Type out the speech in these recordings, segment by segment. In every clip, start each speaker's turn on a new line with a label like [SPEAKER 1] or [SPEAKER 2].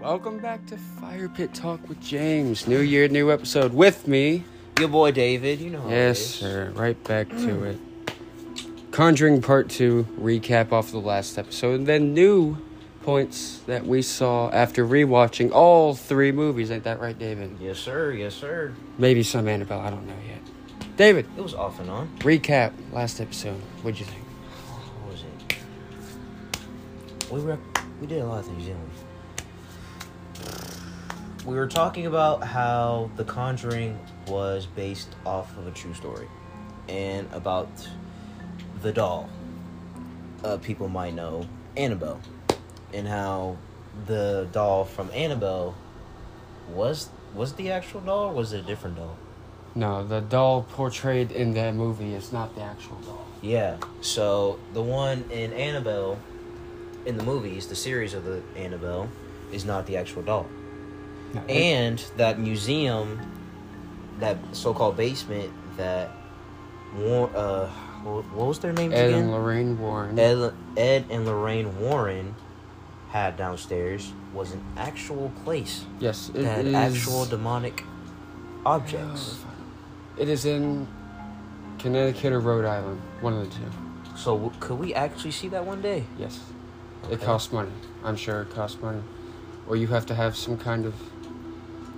[SPEAKER 1] Welcome back to Fire Pit Talk with James. New year, new episode with me.
[SPEAKER 2] Your boy David, you know how
[SPEAKER 1] Yes,
[SPEAKER 2] it is.
[SPEAKER 1] sir. Right back to it. Conjuring Part 2 recap off the last episode, and then new points that we saw after rewatching all three movies. Ain't that right, David?
[SPEAKER 2] Yes, sir. Yes, sir.
[SPEAKER 1] Maybe some Annabelle. I don't know yet. David,
[SPEAKER 2] It was off and on.
[SPEAKER 1] recap last episode. What'd you think?
[SPEAKER 2] What was it? We were we did a lot of things, didn't we? We were talking about how The Conjuring was based off of a true story, and about the doll. Uh, people might know Annabelle, and how the doll from Annabelle was was the actual doll. Or was it a different doll?
[SPEAKER 1] No, the doll portrayed in that movie is not the actual doll.
[SPEAKER 2] Yeah. So the one in Annabelle, in the movies, the series of the Annabelle, is not the actual doll.
[SPEAKER 1] No, it-
[SPEAKER 2] And that museum, that so-called basement that, War- uh, wh- what was their names
[SPEAKER 1] Ed and
[SPEAKER 2] again?
[SPEAKER 1] Lorraine Warren.
[SPEAKER 2] Ed, Ed and Lorraine Warren had downstairs was an actual place
[SPEAKER 1] yes, it
[SPEAKER 2] that had
[SPEAKER 1] is-
[SPEAKER 2] actual demonic objects.
[SPEAKER 1] It is in Connecticut or Rhode Island, one of the two.
[SPEAKER 2] So w- could we actually see that one day?
[SPEAKER 1] Yes, it
[SPEAKER 2] Okay.
[SPEAKER 1] costs money. I'm sure it costs money, or you have to have some kind of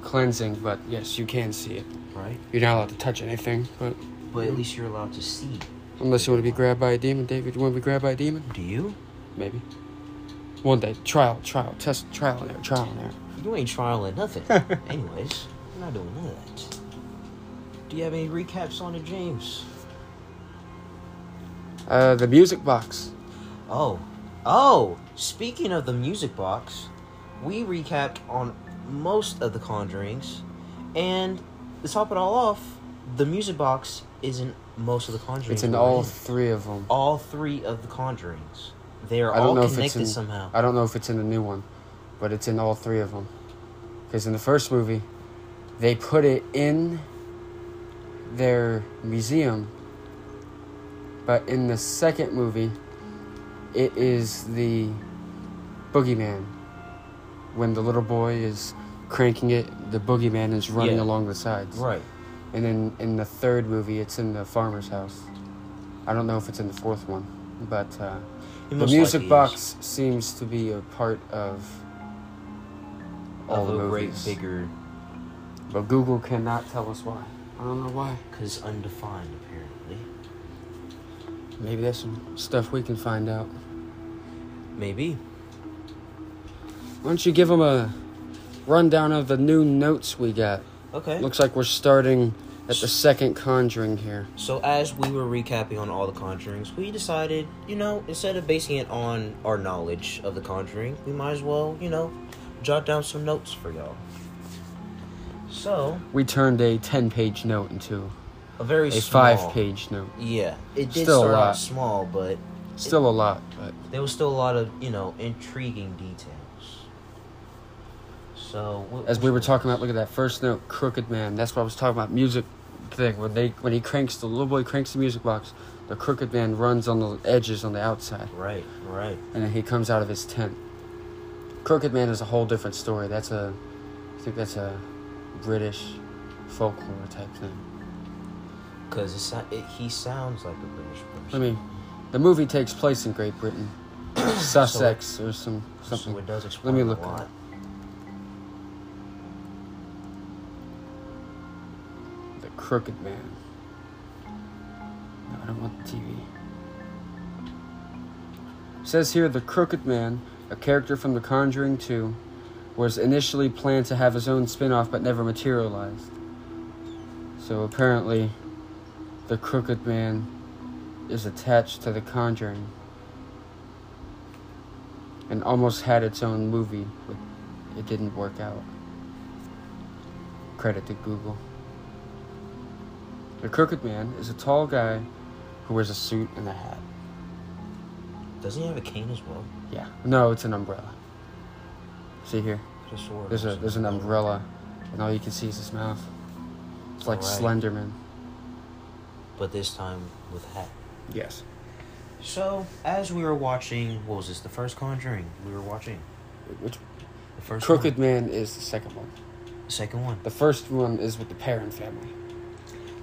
[SPEAKER 1] cleansing. But yes, you can see it.
[SPEAKER 2] Right.
[SPEAKER 1] You're not allowed to touch anything, but
[SPEAKER 2] But at least you're allowed to see.
[SPEAKER 1] unless you want to be grabbed by a demon, David, you want to be grabbed by a demon?
[SPEAKER 2] Do you?
[SPEAKER 1] Maybe. One day, trial, trial, test, trial and error, trial and error.
[SPEAKER 2] You ain't trialing nothing. Anyways, I'm not doing none of that. Do you have any recaps on it, James?
[SPEAKER 1] Uh, the music box.
[SPEAKER 2] Oh, oh! Speaking of the music box, we recapped on most of the Conjurings, and to top it all off, the music box is in most of the Conjurings.
[SPEAKER 1] It's in
[SPEAKER 2] we're
[SPEAKER 1] all three of them.
[SPEAKER 2] all three of the Conjurings. They are
[SPEAKER 1] I don't
[SPEAKER 2] all
[SPEAKER 1] know if it's
[SPEAKER 2] connected
[SPEAKER 1] in,
[SPEAKER 2] somehow.
[SPEAKER 1] I don't know if it's in the new one, but it's in all three of them. Because in the first movie, they put it in their museum, but in the second movie, it is the boogeyman. When the little boy is cranking it, the boogeyman is running
[SPEAKER 2] Yeah.
[SPEAKER 1] along the sides.
[SPEAKER 2] right.
[SPEAKER 1] And then in the third movie, it's in the farmer's house. I don't know if it's in the fourth one, but. Uh,
[SPEAKER 2] It
[SPEAKER 1] the
[SPEAKER 2] most
[SPEAKER 1] music
[SPEAKER 2] likely is
[SPEAKER 1] box seems to be a part of all
[SPEAKER 2] of
[SPEAKER 1] the
[SPEAKER 2] a great
[SPEAKER 1] movies,
[SPEAKER 2] bigger,
[SPEAKER 1] but Google cannot tell us why. I don't know why.
[SPEAKER 2] because undefined apparently.
[SPEAKER 1] Maybe there's some stuff we can find out.
[SPEAKER 2] Maybe.
[SPEAKER 1] Why don't you give them a rundown of the new notes we got?
[SPEAKER 2] Okay.
[SPEAKER 1] Looks like we're starting at the second Conjuring here.
[SPEAKER 2] So as we were recapping on all the conjurings, we decided, you know, instead of basing it on our knowledge of the conjuring, we might as well, you know, jot down some notes for y'all. So
[SPEAKER 1] We turned a ten-page note into
[SPEAKER 2] a very
[SPEAKER 1] a
[SPEAKER 2] small,
[SPEAKER 1] five-page note.
[SPEAKER 2] Yeah, it did
[SPEAKER 1] Still a
[SPEAKER 2] start
[SPEAKER 1] lot.
[SPEAKER 2] out small, but
[SPEAKER 1] Still a lot, but
[SPEAKER 2] there was still a lot of you know intriguing details. So what,
[SPEAKER 1] as we were talking about, look at that first note, crooked man. That's what I was talking about. Music thing when they when he cranks the little boy cranks the music box, the crooked man runs on the edges on the outside,
[SPEAKER 2] Right, right.
[SPEAKER 1] and then he comes out of his tent. Crooked man is a whole different story. That's a, I think that's a British folklore type thing.
[SPEAKER 2] Because it, sou- it, he sounds like a British
[SPEAKER 1] I
[SPEAKER 2] person.
[SPEAKER 1] mean, the movie takes place in Great Britain, Sussex or some something.
[SPEAKER 2] So it does
[SPEAKER 1] Let
[SPEAKER 2] explain
[SPEAKER 1] me look.
[SPEAKER 2] a lot.
[SPEAKER 1] The Crooked Man. No, I don't want the TV. says here the Crooked Man, a character from The Conjuring 2, was initially planned to have his own spin off but never materialized. So apparently, the Crooked Man is attached to The Conjuring and almost had its own movie, but it didn't work out. Credit to Google. The Crooked Man is a tall guy who wears a suit and a hat.
[SPEAKER 2] Doesn't he have a cane as well?
[SPEAKER 1] Yeah. No, it's an umbrella. See here?
[SPEAKER 2] Just sword
[SPEAKER 1] There's a
[SPEAKER 2] also.
[SPEAKER 1] there's an umbrella and all you can see is his mouth. It's like
[SPEAKER 2] Alright.
[SPEAKER 1] Slenderman.
[SPEAKER 2] but this time with hat.
[SPEAKER 1] Yes.
[SPEAKER 2] So, as we were watching, what was this? The first Conjuring we were watching.
[SPEAKER 1] Which
[SPEAKER 2] The first
[SPEAKER 1] Crooked Man is the second one.
[SPEAKER 2] one. Second one.
[SPEAKER 1] The first one is with the Perrin family.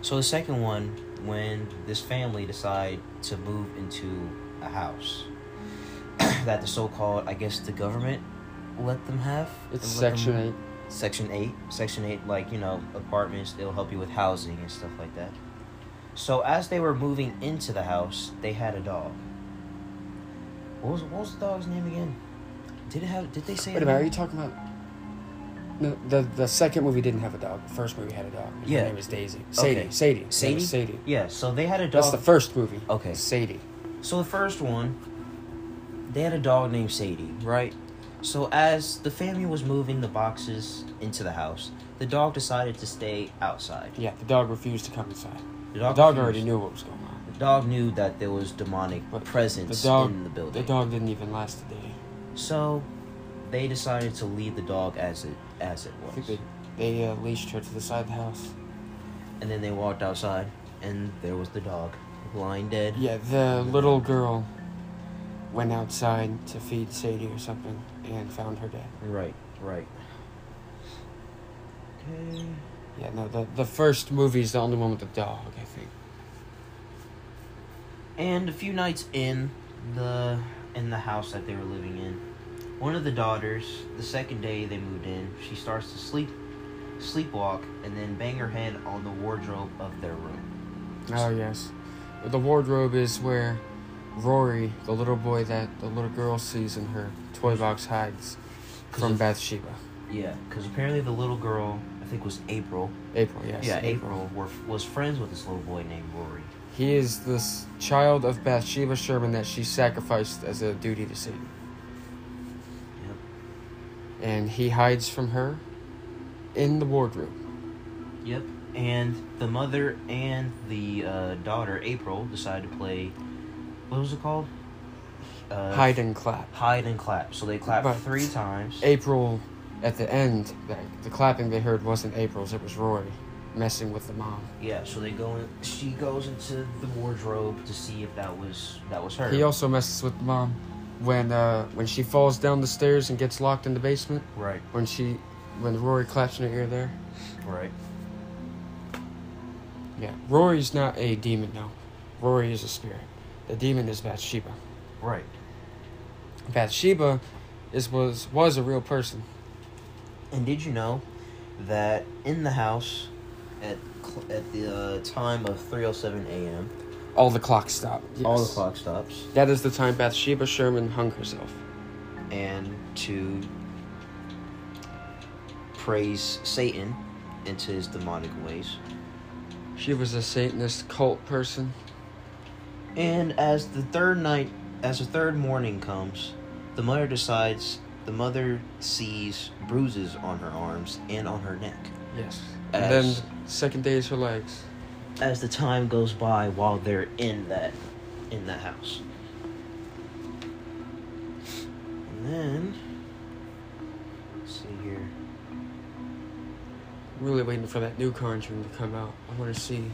[SPEAKER 2] So the second one, when this family decide to move into a house that the so-called, I guess, the government let them have.
[SPEAKER 1] It's
[SPEAKER 2] Let them-
[SPEAKER 1] Section Eight.
[SPEAKER 2] Section eight. Section eight, like you know, apartments. They'll help you with housing and stuff like that. So as they were moving into the house, they had a dog. What was what was the dog's name again? Did it have? Did they say?
[SPEAKER 1] Wait a
[SPEAKER 2] it
[SPEAKER 1] minute, are you
[SPEAKER 2] again?
[SPEAKER 1] talking about? No, the the second movie didn't have a dog. The first movie had a dog.
[SPEAKER 2] Yeah.
[SPEAKER 1] Her name was Daisy. Sadie.
[SPEAKER 2] Okay.
[SPEAKER 1] Sadie. Her name was
[SPEAKER 2] Sadie.
[SPEAKER 1] Sadie.
[SPEAKER 2] Yeah. So they had a dog.
[SPEAKER 1] That's the first movie.
[SPEAKER 2] Okay.
[SPEAKER 1] Sadie.
[SPEAKER 2] So the first one, they had a dog named Sadie, right? So as the family was moving the boxes into the house, the dog decided to stay outside.
[SPEAKER 1] Yeah, the dog refused to come inside. The
[SPEAKER 2] The dog,
[SPEAKER 1] dog
[SPEAKER 2] refused-
[SPEAKER 1] already knew what was going on.
[SPEAKER 2] The dog knew that there was demonic
[SPEAKER 1] But
[SPEAKER 2] presence
[SPEAKER 1] the dog-
[SPEAKER 2] in the building.
[SPEAKER 1] The dog didn't even last a day.
[SPEAKER 2] So they decided to leave the dog as it as it
[SPEAKER 1] I
[SPEAKER 2] was.
[SPEAKER 1] think they they uh, leashed her to the side of the house.
[SPEAKER 2] And then they walked outside and there was the dog lying dead.
[SPEAKER 1] Yeah, the little girl went outside to feed Sadie or something and found her dead.
[SPEAKER 2] Right, right. Okay.
[SPEAKER 1] Yeah, no, the the first movie's the only one with the dog, I think.
[SPEAKER 2] And a few nights in the in the house that they were living in, one of the daughters, the second day they moved in, she starts to sleep sleepwalk and then bang her head on the wardrobe of their room.
[SPEAKER 1] Oh yes, the wardrobe is where Rory, the little boy that the little girl sees in her toy box, hides from
[SPEAKER 2] of-
[SPEAKER 1] Bathsheba.
[SPEAKER 2] Yeah, because apparently the little girl, I think it was April,
[SPEAKER 1] April, yes.
[SPEAKER 2] yeah, April, were, was friends with this little boy named Rory.
[SPEAKER 1] He is this child of Bathsheba Sherman that she sacrificed as a duty to Satan,
[SPEAKER 2] Yep.
[SPEAKER 1] and he hides from her in the wardrobe.
[SPEAKER 2] Yep. And the mother and the uh, daughter, April, decide to play. What was it called? Uh,
[SPEAKER 1] Hide and clap.
[SPEAKER 2] Hide and clap. So they clap
[SPEAKER 1] But-
[SPEAKER 2] three times.
[SPEAKER 1] April, at the end, that the clapping they heard wasn't April's; it was Rory messing with the mom.
[SPEAKER 2] yeah. So they go. In, she goes into the wardrobe to see if that was that was her.
[SPEAKER 1] He also messes with the mom when uh, when she falls down the stairs and gets locked in the basement.
[SPEAKER 2] right.
[SPEAKER 1] When she, when Rory claps in her ear there.
[SPEAKER 2] Right.
[SPEAKER 1] Yeah, Rory's not a demon though. Rory is a spirit. The demon is Bathsheba.
[SPEAKER 2] Right.
[SPEAKER 1] Bathsheba is was was a real person.
[SPEAKER 2] And did you know that in the house at cl- at the uh, time of three o seven a.m.
[SPEAKER 1] All the clocks stop.
[SPEAKER 2] all the
[SPEAKER 1] Yes.
[SPEAKER 2] clock stops.
[SPEAKER 1] That is the time Bathsheba Sherman hung herself.
[SPEAKER 2] and to praise Satan into his demonic ways.
[SPEAKER 1] She was a Satanist cult person.
[SPEAKER 2] And as the third night, as the third morning comes, the mother decides, the mother sees bruises on her arms and on her neck.
[SPEAKER 1] Yes. And
[SPEAKER 2] As-
[SPEAKER 1] then second day is her legs.
[SPEAKER 2] As the time goes by while they're in that, in the house. And then, let's see here.
[SPEAKER 1] really waiting for that new Conjuring to come out. I want to see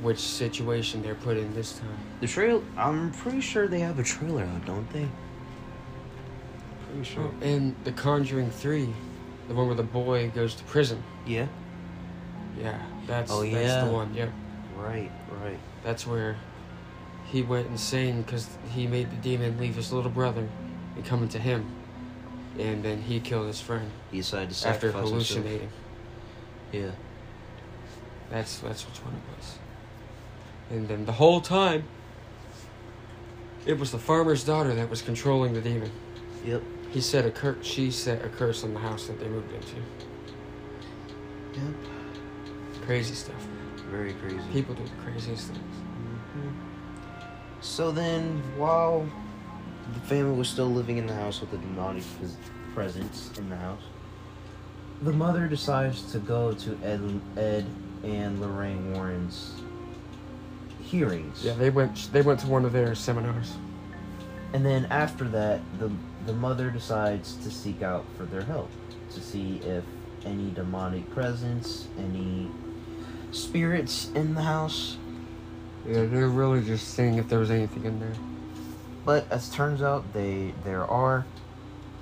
[SPEAKER 1] which situation they're put in this time.
[SPEAKER 2] The trail. I'm pretty sure they have a trailer out, don't they? Pretty sure.
[SPEAKER 1] Oh, and the Conjuring Three, the one where the boy goes to prison.
[SPEAKER 2] Yeah.
[SPEAKER 1] Yeah, that's
[SPEAKER 2] Oh,
[SPEAKER 1] that's
[SPEAKER 2] yeah.
[SPEAKER 1] the one. Yeah,
[SPEAKER 2] Right. Right.
[SPEAKER 1] that's where he went insane because he made the demon leave his little brother and come into him, and then he killed his friend
[SPEAKER 2] He decided to
[SPEAKER 1] after
[SPEAKER 2] sacrifice
[SPEAKER 1] hallucinating.
[SPEAKER 2] himself. Yeah.
[SPEAKER 1] That's that's which one it was. And then the whole time, it was the farmer's daughter that was controlling the demon.
[SPEAKER 2] Yep.
[SPEAKER 1] He said a cur- she set a curse on the house that they moved into.
[SPEAKER 2] Yep.
[SPEAKER 1] Crazy stuff.
[SPEAKER 2] Very crazy.
[SPEAKER 1] People do the craziest things.
[SPEAKER 2] Mm-hmm. So then, while the family was still living in the house with the demonic pres- presence in the house, the mother decides to go to Ed, Ed and Lorraine Warren's hearings.
[SPEAKER 1] Yeah, they went they went to one of their seminars.
[SPEAKER 2] And then after that, the the mother decides to seek out for their help to see if any demonic presence, any spirits in the house.
[SPEAKER 1] Yeah, they're really just seeing if there was anything in there.
[SPEAKER 2] But as turns out, they there are.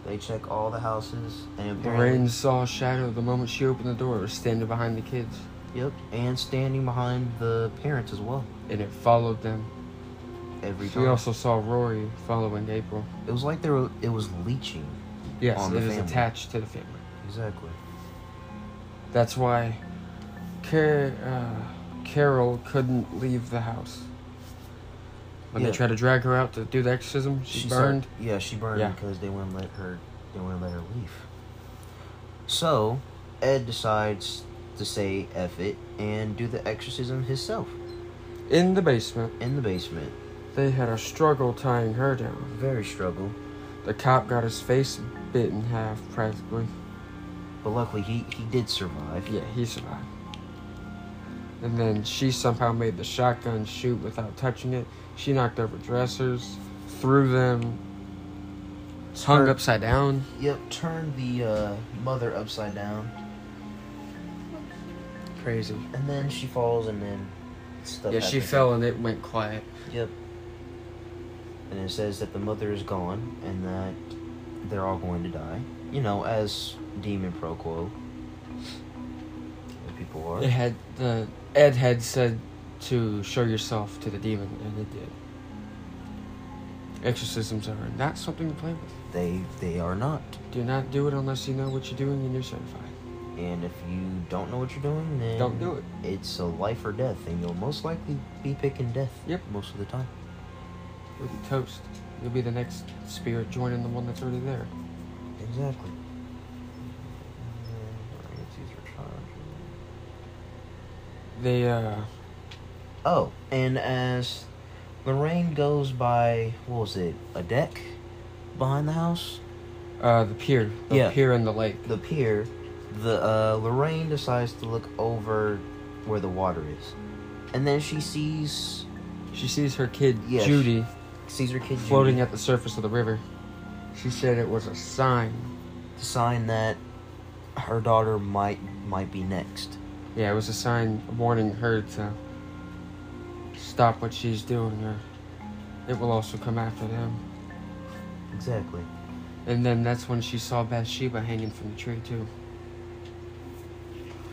[SPEAKER 2] They check all the houses and
[SPEAKER 1] Lorraine
[SPEAKER 2] apparently,
[SPEAKER 1] saw a shadow the moment she opened the door. It was standing behind the kids,
[SPEAKER 2] yep, and standing behind the parents as well.
[SPEAKER 1] and it followed them.
[SPEAKER 2] Every
[SPEAKER 1] We
[SPEAKER 2] time,
[SPEAKER 1] also saw Rory following April.
[SPEAKER 2] it was like they were. It was leeching.
[SPEAKER 1] Yes,
[SPEAKER 2] On
[SPEAKER 1] it
[SPEAKER 2] the
[SPEAKER 1] is
[SPEAKER 2] family.
[SPEAKER 1] attached to the family.
[SPEAKER 2] Exactly.
[SPEAKER 1] That's why Car- uh, Carol couldn't leave the house. When
[SPEAKER 2] Yeah.
[SPEAKER 1] they tried to drag her out to do the exorcism, she,
[SPEAKER 2] She
[SPEAKER 1] burned.
[SPEAKER 2] said- yeah, she burned
[SPEAKER 1] Yeah.
[SPEAKER 2] because they wouldn't let her. They wouldn't let her leave. So, Ed decides to say "f it" and do the exorcism himself
[SPEAKER 1] In the basement,
[SPEAKER 2] in the basement.
[SPEAKER 1] they had a struggle tying her down.
[SPEAKER 2] Very struggle,
[SPEAKER 1] The cop got his face bit in half, practically.
[SPEAKER 2] but luckily he he did survive.
[SPEAKER 1] Yeah, he survived. And then she somehow made the shotgun shoot without touching it. She knocked over dressers, threw them, hung
[SPEAKER 2] Her-
[SPEAKER 1] upside down.
[SPEAKER 2] Yep, turned the uh, mother upside down,
[SPEAKER 1] Crazy.
[SPEAKER 2] and then she falls, and then stuff.
[SPEAKER 1] Yeah, she
[SPEAKER 2] happens.
[SPEAKER 1] fell and it went quiet.
[SPEAKER 2] Yep. And it says that the mother is gone, and that they're all going to die. You know, as demon pro quo. As people are.
[SPEAKER 1] It had the Ed had said to show yourself to the demon, and it did. Exorcisms are not something to play with.
[SPEAKER 2] They they are not.
[SPEAKER 1] Do not do it unless you know what you're doing and you're certified.
[SPEAKER 2] And if you don't know what you're doing, then
[SPEAKER 1] Don't do it.
[SPEAKER 2] It's a life or death, and you'll most likely be picking death.
[SPEAKER 1] Yep.
[SPEAKER 2] Most of the time.
[SPEAKER 1] You'll be toast. You'll be the next spirit joining the one that's already there.
[SPEAKER 2] Exactly. uh, And agencies are charged.
[SPEAKER 1] They uh,
[SPEAKER 2] Oh, and as Lorraine goes by, what was it, a deck behind the house,
[SPEAKER 1] uh the pier, the
[SPEAKER 2] Yeah.
[SPEAKER 1] pier in the lake.
[SPEAKER 2] the pier, the uh, Lorraine decides to look over where the water is, and then she sees
[SPEAKER 1] She sees her kid
[SPEAKER 2] Yeah, she-
[SPEAKER 1] Judy
[SPEAKER 2] sees her kid
[SPEAKER 1] floating
[SPEAKER 2] Judy,
[SPEAKER 1] at the surface of the river. She said it was a sign.
[SPEAKER 2] the sign that her daughter might might be next.
[SPEAKER 1] Yeah, it was a sign warning her to stop what she's doing, or it will also come after them.
[SPEAKER 2] Exactly.
[SPEAKER 1] And then that's when she saw Bathsheba hanging from the tree, too.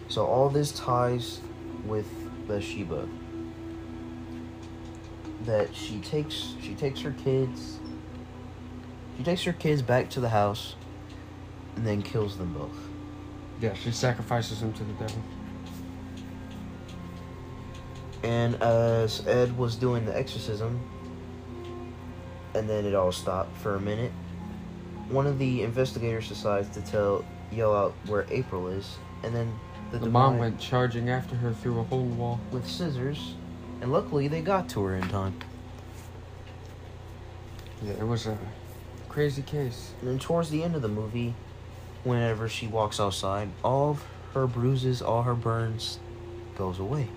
[SPEAKER 2] So all this ties with Bathsheba. That she takes she takes her kids she takes her kids back to the house and then kills them both.
[SPEAKER 1] Yeah, she sacrifices him to the devil.
[SPEAKER 2] And as Ed was doing the exorcism and then it all stopped for a minute, one of the investigators decides to tell yell out where April is and then the,
[SPEAKER 1] The mom
[SPEAKER 2] demonic-
[SPEAKER 1] went charging after her through a hole in the wall.
[SPEAKER 2] with scissors and luckily they got to her in time.
[SPEAKER 1] Yeah, it was a crazy case.
[SPEAKER 2] And then towards the end of the movie, whenever she walks outside, all of her bruises, all her burns, goes away.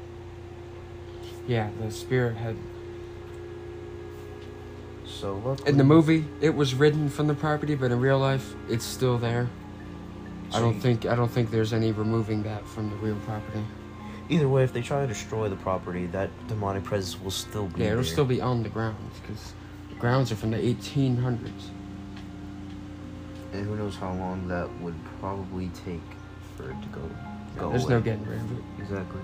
[SPEAKER 1] Yeah, the spirit had.
[SPEAKER 2] So look.
[SPEAKER 1] In the movie, it was ridden from the property, but in real life, it's still there. I don't think I don't think there's any removing that from the real property.
[SPEAKER 2] Either way, if they try to destroy the property, that demonic presence will still be
[SPEAKER 1] Yeah, it'll
[SPEAKER 2] there.
[SPEAKER 1] still be on the grounds because the grounds are from the 1800s.
[SPEAKER 2] And who knows how long that would probably take for it to go. go
[SPEAKER 1] There's
[SPEAKER 2] away.
[SPEAKER 1] no getting rid of it.
[SPEAKER 2] Exactly.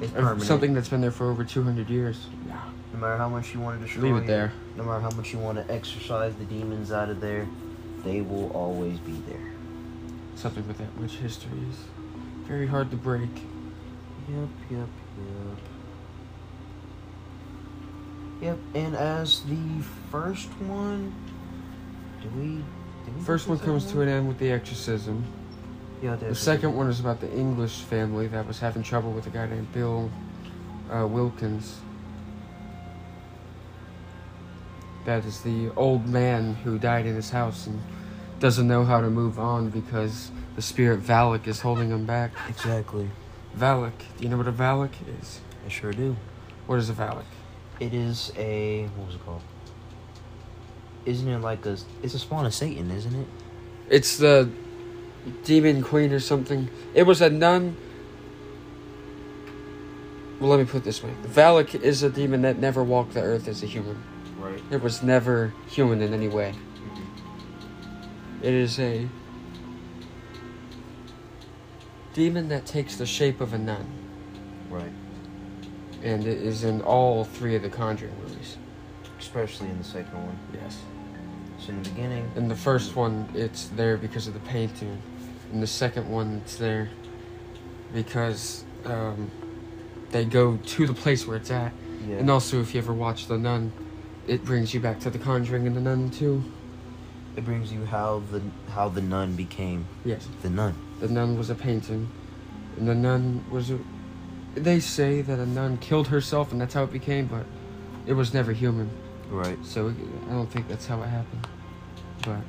[SPEAKER 2] It's
[SPEAKER 1] If
[SPEAKER 2] permanent.
[SPEAKER 1] Something that's been there for over 200 years. Yeah,
[SPEAKER 2] No matter how much you want to destroy
[SPEAKER 1] leave it there.
[SPEAKER 2] no matter how much you want to exorcise the demons out of there, they will always be there.
[SPEAKER 1] Something with that much history is very hard to break.
[SPEAKER 2] Yep, yep, yep. Yep, and as the first one, do we? Did we
[SPEAKER 1] First one comes to an end with the exorcism.
[SPEAKER 2] Yeah,
[SPEAKER 1] The second one is about the English family that was having trouble with a guy named Bill uh, Wilkins. That is the old man who died in his house and doesn't know how to move on because the spirit Valak is holding him back.
[SPEAKER 2] Exactly.
[SPEAKER 1] Valak, do you know what a Valak is?
[SPEAKER 2] I sure do.
[SPEAKER 1] What is a Valak?
[SPEAKER 2] It is a what was it called? Isn't it like a? It's a spawn of Satan, isn't it?
[SPEAKER 1] It's the demon queen or something. It was a nun. Well, let me put it this way: Valak is a demon that never walked the earth as a human.
[SPEAKER 2] Right.
[SPEAKER 1] It was never human in any way. It is a demon that takes the shape of a nun,
[SPEAKER 2] Right.
[SPEAKER 1] and it is in all three of the Conjuring movies.
[SPEAKER 2] Especially in the second one.
[SPEAKER 1] Yes.
[SPEAKER 2] So in the beginning,
[SPEAKER 1] In the first one, it's there because of the painting. In the second one, it's there because um, they go to the place where it's at.
[SPEAKER 2] yeah.
[SPEAKER 1] And also, if you ever watch The Nun, it brings you back to The Conjuring and The Nun too.
[SPEAKER 2] it brings you how the how the nun became
[SPEAKER 1] Yes.
[SPEAKER 2] the nun.
[SPEAKER 1] The nun was a painting, and the nun was. A, they say that a nun killed herself, and that's how it became, but it was never human.
[SPEAKER 2] Right.
[SPEAKER 1] So it, I don't think that's how it happened. But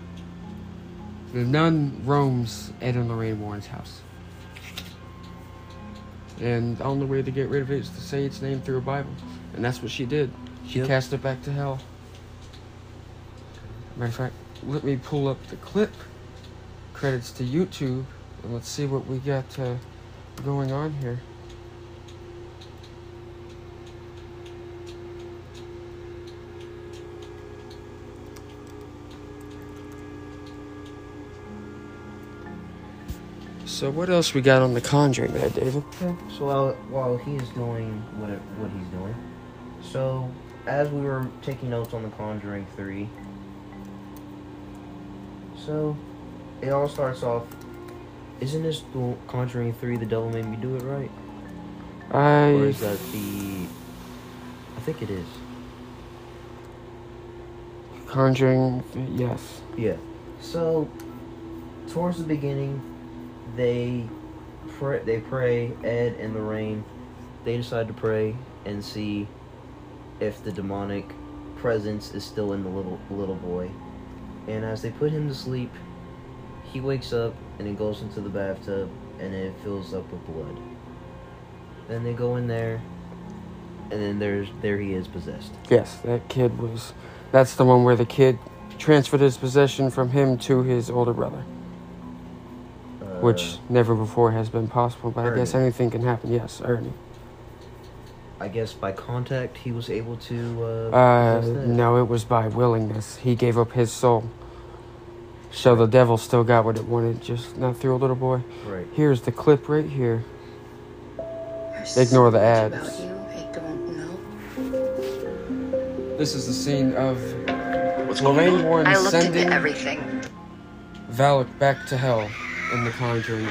[SPEAKER 1] the nun roams Ed and Lorraine Warren's house, and the only way to get rid of it is to say its name through a Bible, and that's what she did. She
[SPEAKER 2] Yep.
[SPEAKER 1] cast it back to hell. Matter of fact, let me pull up the clip. Credits to YouTube, and let's see what we got uh, going on here. So, what else we got on The Conjuring there, David?
[SPEAKER 2] So while while he is doing what it- what he's doing, so as we were taking notes on the Conjuring Three, so it all starts off. Isn't this the Conjuring Three? The Devil Made Me Do It, right? Or
[SPEAKER 1] I
[SPEAKER 2] is that the? I think it is.
[SPEAKER 1] Conjuring, yes.
[SPEAKER 2] Yeah. So, towards the beginning, they pray. They pray. Ed and Lorraine, they decide to pray and see if the demonic presence is still in the little little boy. And as they put him to sleep, he wakes up and he goes into the bathtub and it fills up with blood. Then they go in there, and then there's there he is possessed.
[SPEAKER 1] Yes, that kid was. That's the one where the kid transferred his possession from him to his older brother,
[SPEAKER 2] Uh,
[SPEAKER 1] which never before has been possible. But I guess
[SPEAKER 2] Ernie.
[SPEAKER 1] anything can happen. Yes, Ernie.
[SPEAKER 2] I guess by contact he was able to. Uh,
[SPEAKER 1] Uh,
[SPEAKER 2] possess that.
[SPEAKER 1] no, it was by willingness. He gave up his soul. So the devil still got what it wanted, just not through a little boy.
[SPEAKER 2] Right.
[SPEAKER 1] Here's the clip right here.
[SPEAKER 3] There's
[SPEAKER 1] Ignore the
[SPEAKER 3] so much
[SPEAKER 1] ads.
[SPEAKER 3] About you, I don't know.
[SPEAKER 1] This is the scene of
[SPEAKER 4] What's
[SPEAKER 1] Lorraine Warren
[SPEAKER 3] I looked into
[SPEAKER 1] sending
[SPEAKER 3] everything.
[SPEAKER 1] Valak back to hell in The Conjuring.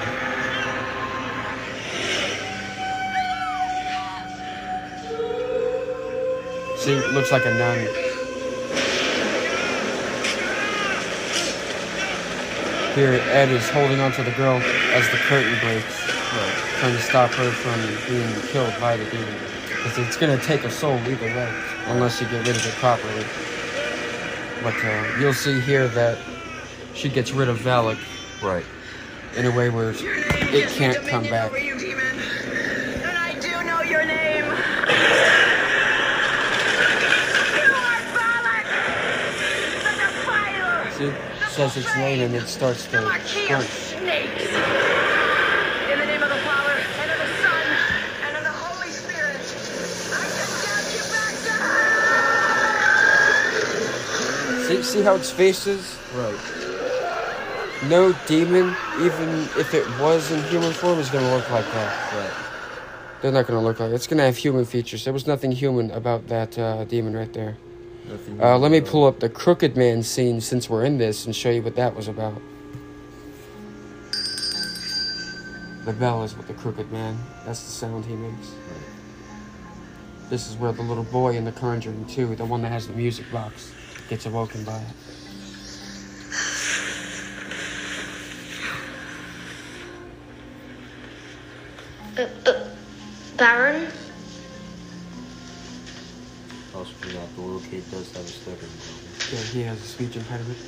[SPEAKER 1] See, it looks like a nun. Here, Ed is holding onto the girl as the curtain breaks, trying to stop her from being killed by the demon. Because it's gonna take a soul either way, unless you get rid of it properly. But uh, you'll see here that she gets rid of Valak
[SPEAKER 2] Right.
[SPEAKER 1] in a way where it can't come back.
[SPEAKER 5] you, demon. And I do know your name. You are Balak, the defiler.
[SPEAKER 1] See, says its name and it starts
[SPEAKER 5] The
[SPEAKER 1] to
[SPEAKER 5] Marquis
[SPEAKER 1] shrink.
[SPEAKER 5] of Snakes. In the name of the Father, and of the Son, and of the Holy Spirit, I condemn you back to
[SPEAKER 1] See,
[SPEAKER 5] hell.
[SPEAKER 1] see how its face is?
[SPEAKER 2] Right.
[SPEAKER 1] No demon, even if it was in human form, is gonna look like that.
[SPEAKER 2] Right.
[SPEAKER 1] They're not gonna look like It's gonna have human features. There was nothing human about that uh, demon right there.
[SPEAKER 2] Nothing
[SPEAKER 1] Uh, let me pull up the Crooked Man scene since we're in this and show you what that was about. The bell is with the Crooked Man. That's the sound he makes. This is where the little boy in The Conjuring 2, the one that has the music box, gets awoken by it.
[SPEAKER 6] Uh, but Baron,
[SPEAKER 2] Also forgot the little kid does have a stuttering problem.
[SPEAKER 1] Yeah, he has a speech impediment.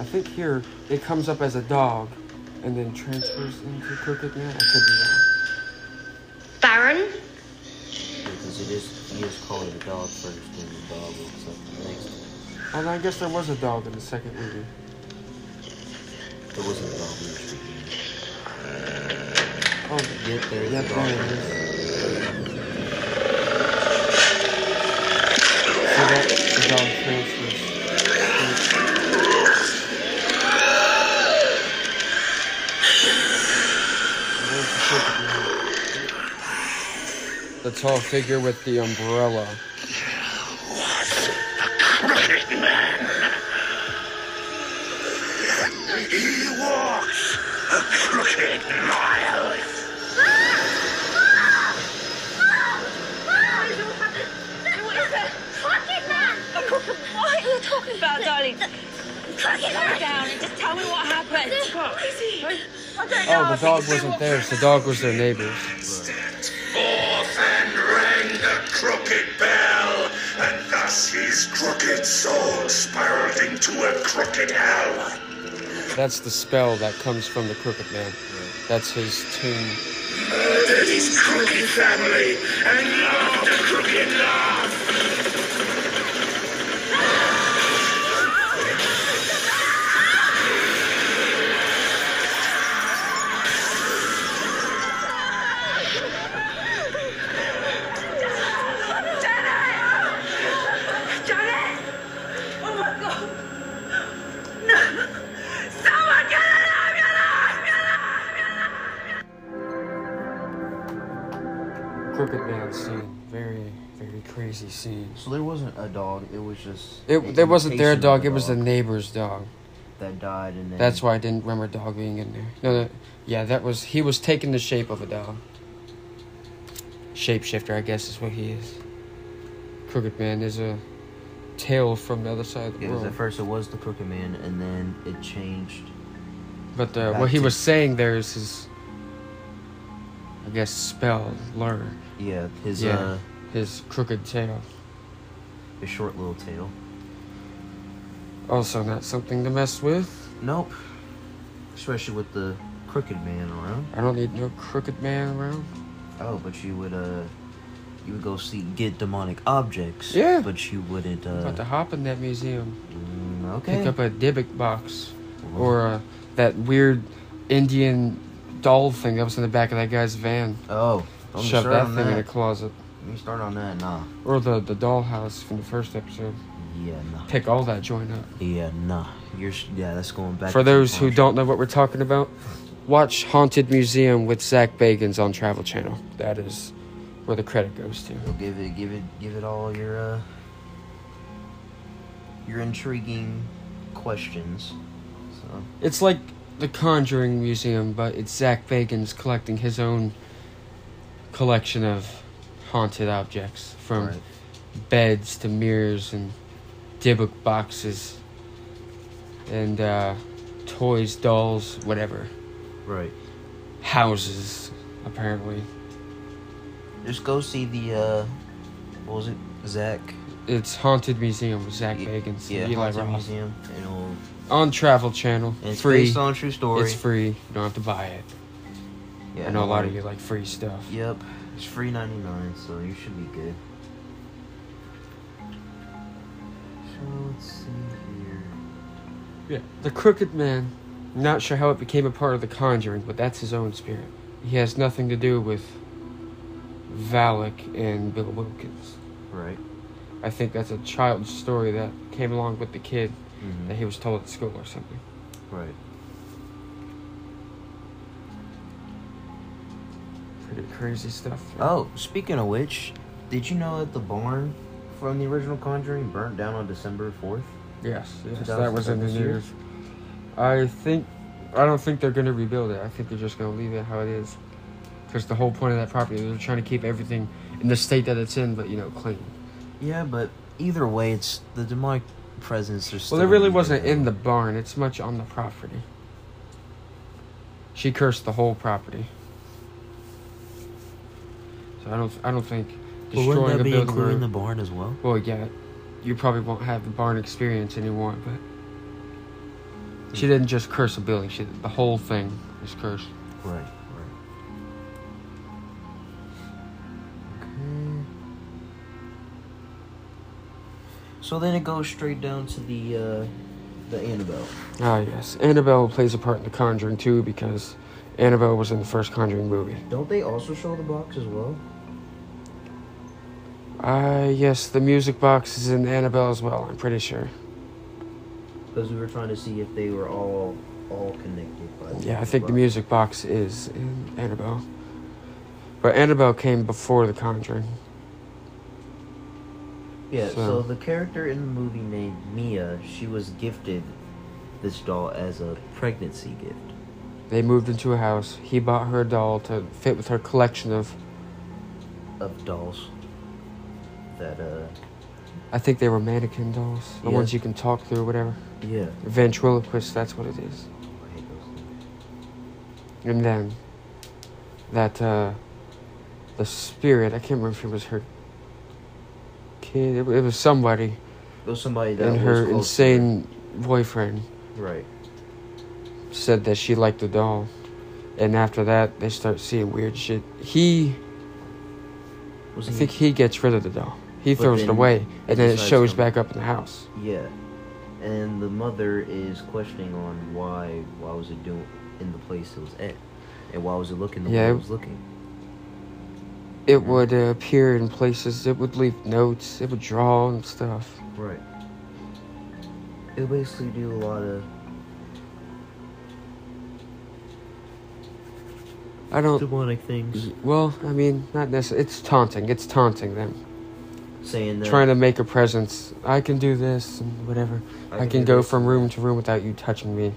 [SPEAKER 1] I think here it comes up as a dog and then transfers into Crooked Man. I could be wrong.
[SPEAKER 6] Baron,
[SPEAKER 2] Because it is he is calling the dog first, and the dog wakes up the next. Time.
[SPEAKER 1] And I guess there was a dog in the second movie.
[SPEAKER 2] There wasn't a dog in the street.
[SPEAKER 1] Oh,
[SPEAKER 2] Yet there's
[SPEAKER 1] yeah,
[SPEAKER 2] a dog.
[SPEAKER 1] there it is. So that the dog thing watch this. The tall figure with the umbrella.
[SPEAKER 4] He walks a crooked mile.
[SPEAKER 7] What is that? Crooked man! What are you talking about, darling? Crooked man! down and just tell me what happened. I don't
[SPEAKER 1] Oh,
[SPEAKER 7] know.
[SPEAKER 1] the dog wasn't theirs. The dog was their neighbor's.
[SPEAKER 4] Forth and rang the crooked bell, and thus his crooked soul spiraled into a crooked hell.
[SPEAKER 1] That's the spell that comes from the crooked man. That's his tomb.
[SPEAKER 4] Murdered his crooked family, and laughed a crooked laugh.
[SPEAKER 5] Oh
[SPEAKER 1] Crooked man scene. Very, very crazy scene.
[SPEAKER 2] So there wasn't a dog. It was just
[SPEAKER 1] It, there wasn't their dog, it was the
[SPEAKER 2] the
[SPEAKER 1] neighbor's dog.
[SPEAKER 2] that died, and then
[SPEAKER 1] That's why I didn't remember dog being in there. No, no, yeah, that was he was taking the shape of a dog. Shapeshifter, I guess, is what he is. Crooked man is a tale from the other side of the
[SPEAKER 2] Yeah, 'cause
[SPEAKER 1] world.
[SPEAKER 2] at first it was the crooked man, and then it changed.
[SPEAKER 1] But uh,
[SPEAKER 2] Back
[SPEAKER 1] what he
[SPEAKER 2] to-
[SPEAKER 1] was saying there is his, I guess, spell lure.
[SPEAKER 2] Yeah, his
[SPEAKER 1] Yeah.
[SPEAKER 2] uh,
[SPEAKER 1] His crooked tail.
[SPEAKER 2] his short little tail.
[SPEAKER 1] Also, not something to mess with.
[SPEAKER 2] Nope. Especially with the crooked man around.
[SPEAKER 1] I don't need no crooked man around.
[SPEAKER 2] Oh, but you would uh, you would go see get demonic objects.
[SPEAKER 1] Yeah.
[SPEAKER 2] But you wouldn't.
[SPEAKER 1] I'm about to
[SPEAKER 2] Uh,
[SPEAKER 1] hop in that museum,
[SPEAKER 2] mm, okay.
[SPEAKER 1] pick up a Dybbuk box, or uh, that weird Indian doll thing that was in the back of that guy's van.
[SPEAKER 2] oh, don't get
[SPEAKER 1] Shove
[SPEAKER 2] started
[SPEAKER 1] that
[SPEAKER 2] on
[SPEAKER 1] thing
[SPEAKER 2] that.
[SPEAKER 1] in a closet,
[SPEAKER 2] Let me start on that. Nah.
[SPEAKER 1] or the the dollhouse from the first episode.
[SPEAKER 2] Yeah, nah.
[SPEAKER 1] Pick all that joint up.
[SPEAKER 2] Yeah, nah. You're s- yeah. That's going back.
[SPEAKER 1] For
[SPEAKER 2] to
[SPEAKER 1] those who
[SPEAKER 2] subconscious.
[SPEAKER 1] don't know what we're talking about, watch Haunted Museum with Zach Bagans on Travel Channel. That is where the credit goes to.
[SPEAKER 2] give it give it give it all your uh your intriguing questions so
[SPEAKER 1] It's like the Conjuring Museum, but it's Zach Bagans collecting his own collection of haunted objects from
[SPEAKER 2] Right.
[SPEAKER 1] beds to mirrors and Dybbuk boxes and uh, toys, dolls, whatever.
[SPEAKER 2] right
[SPEAKER 1] Houses, apparently.
[SPEAKER 2] just go see the uh what was it zach
[SPEAKER 1] It's Haunted Museum with Zach
[SPEAKER 2] Y-
[SPEAKER 1] Bagans.
[SPEAKER 2] yeah
[SPEAKER 1] and Eli
[SPEAKER 2] Haunted
[SPEAKER 1] Roth.
[SPEAKER 2] museum and it'll
[SPEAKER 1] on Travel Channel.
[SPEAKER 2] and it's
[SPEAKER 1] free.
[SPEAKER 2] based on a true story
[SPEAKER 1] It's free. You don't have to buy it.
[SPEAKER 2] yeah
[SPEAKER 1] I know a lot of
[SPEAKER 2] don't
[SPEAKER 1] you like free stuff.
[SPEAKER 2] worry. yep it's free 99 so you should be good so let's see here
[SPEAKER 1] Yeah. The Crooked Man. Not sure how it became a part of the Conjuring, but that's his own spirit. He has nothing to do with Valak and Bill Wilkins.
[SPEAKER 2] right
[SPEAKER 1] I think that's a child's story that came along with the kid
[SPEAKER 2] Mhm.
[SPEAKER 1] that he was told at school or something.
[SPEAKER 2] right
[SPEAKER 1] Pretty crazy stuff.
[SPEAKER 2] Oh, speaking of which, did you know that the barn from the original Conjuring burnt down on December 4th?
[SPEAKER 1] Yes, yes,
[SPEAKER 2] 2000
[SPEAKER 1] that was in the
[SPEAKER 2] this year?
[SPEAKER 1] news. I think, I don't think they're gonna rebuild it. I think they're just gonna leave it how it is, because the whole point of that property, they're trying to keep everything in the state that it's in, but you know, clean.
[SPEAKER 2] Yeah, but either way, it's the demonic presence is
[SPEAKER 1] Well, it really wasn't in the barn. It's much on the property. She cursed the whole property. So I don't, I don't think
[SPEAKER 2] But wouldn't
[SPEAKER 1] destroying
[SPEAKER 2] that
[SPEAKER 1] a
[SPEAKER 2] be
[SPEAKER 1] building.
[SPEAKER 2] including
[SPEAKER 1] or-
[SPEAKER 2] the barn as well?
[SPEAKER 1] well, yeah, you probably won't have the barn experience anymore, but she didn't just curse a building. She the whole thing is cursed.
[SPEAKER 2] Right, right. Okay. So then it goes straight down to the uh, the Annabelle.
[SPEAKER 1] Ah, yes. Annabelle plays a part in The Conjuring too because Annabelle was in the first Conjuring movie.
[SPEAKER 2] Don't they also show the box as well?
[SPEAKER 1] Uh, yes, the music box is in Annabelle as well, I'm pretty sure.
[SPEAKER 2] Because we were trying to see if they were all all connected. But
[SPEAKER 1] Yeah, I think the music box is in Annabelle. But Annabelle came before The Conjuring.
[SPEAKER 2] Yeah, so.
[SPEAKER 1] so-
[SPEAKER 2] the character in the movie named Mia, she was gifted this doll as a pregnancy gift.
[SPEAKER 1] They moved into a house. He bought her a doll to fit with her collection of.
[SPEAKER 2] of dolls that uh
[SPEAKER 1] I think they were mannequin dolls, the
[SPEAKER 2] Yeah.
[SPEAKER 1] ones you can talk through, or whatever.
[SPEAKER 2] yeah
[SPEAKER 1] Ventriloquist, that's what it is.
[SPEAKER 2] I hate those things.
[SPEAKER 1] And then that uh the spirit, I can't remember if it was her kid, it, it was somebody
[SPEAKER 2] It was somebody that
[SPEAKER 1] and
[SPEAKER 2] was
[SPEAKER 1] her
[SPEAKER 2] close to
[SPEAKER 1] insane boyfriend
[SPEAKER 2] right
[SPEAKER 1] said that she liked the doll. And after that, they start seeing weird shit. He,
[SPEAKER 2] was
[SPEAKER 1] I
[SPEAKER 2] he-
[SPEAKER 1] think he gets rid of the doll. He
[SPEAKER 2] But
[SPEAKER 1] throws it
[SPEAKER 2] then
[SPEAKER 1] away,
[SPEAKER 2] he
[SPEAKER 1] and then it
[SPEAKER 2] decides
[SPEAKER 1] shows
[SPEAKER 2] to-
[SPEAKER 1] back up in the house.
[SPEAKER 2] yeah and the mother is questioning on why why was it doing in the place it was at and why was it looking the way
[SPEAKER 1] Yeah.
[SPEAKER 2] it was looking
[SPEAKER 1] It would uh, appear in places. It would leave notes. It would draw and stuff.
[SPEAKER 2] right it would basically do a lot of
[SPEAKER 1] I don't.
[SPEAKER 2] demonic things
[SPEAKER 1] Well, I mean, not necessarily. It's taunting. It's taunting them.
[SPEAKER 2] saying that
[SPEAKER 1] trying to make a presence. I can do this and whatever.
[SPEAKER 2] I
[SPEAKER 1] I,
[SPEAKER 2] can
[SPEAKER 1] can,
[SPEAKER 2] do
[SPEAKER 1] go
[SPEAKER 2] this.
[SPEAKER 1] from room to room without you touching me.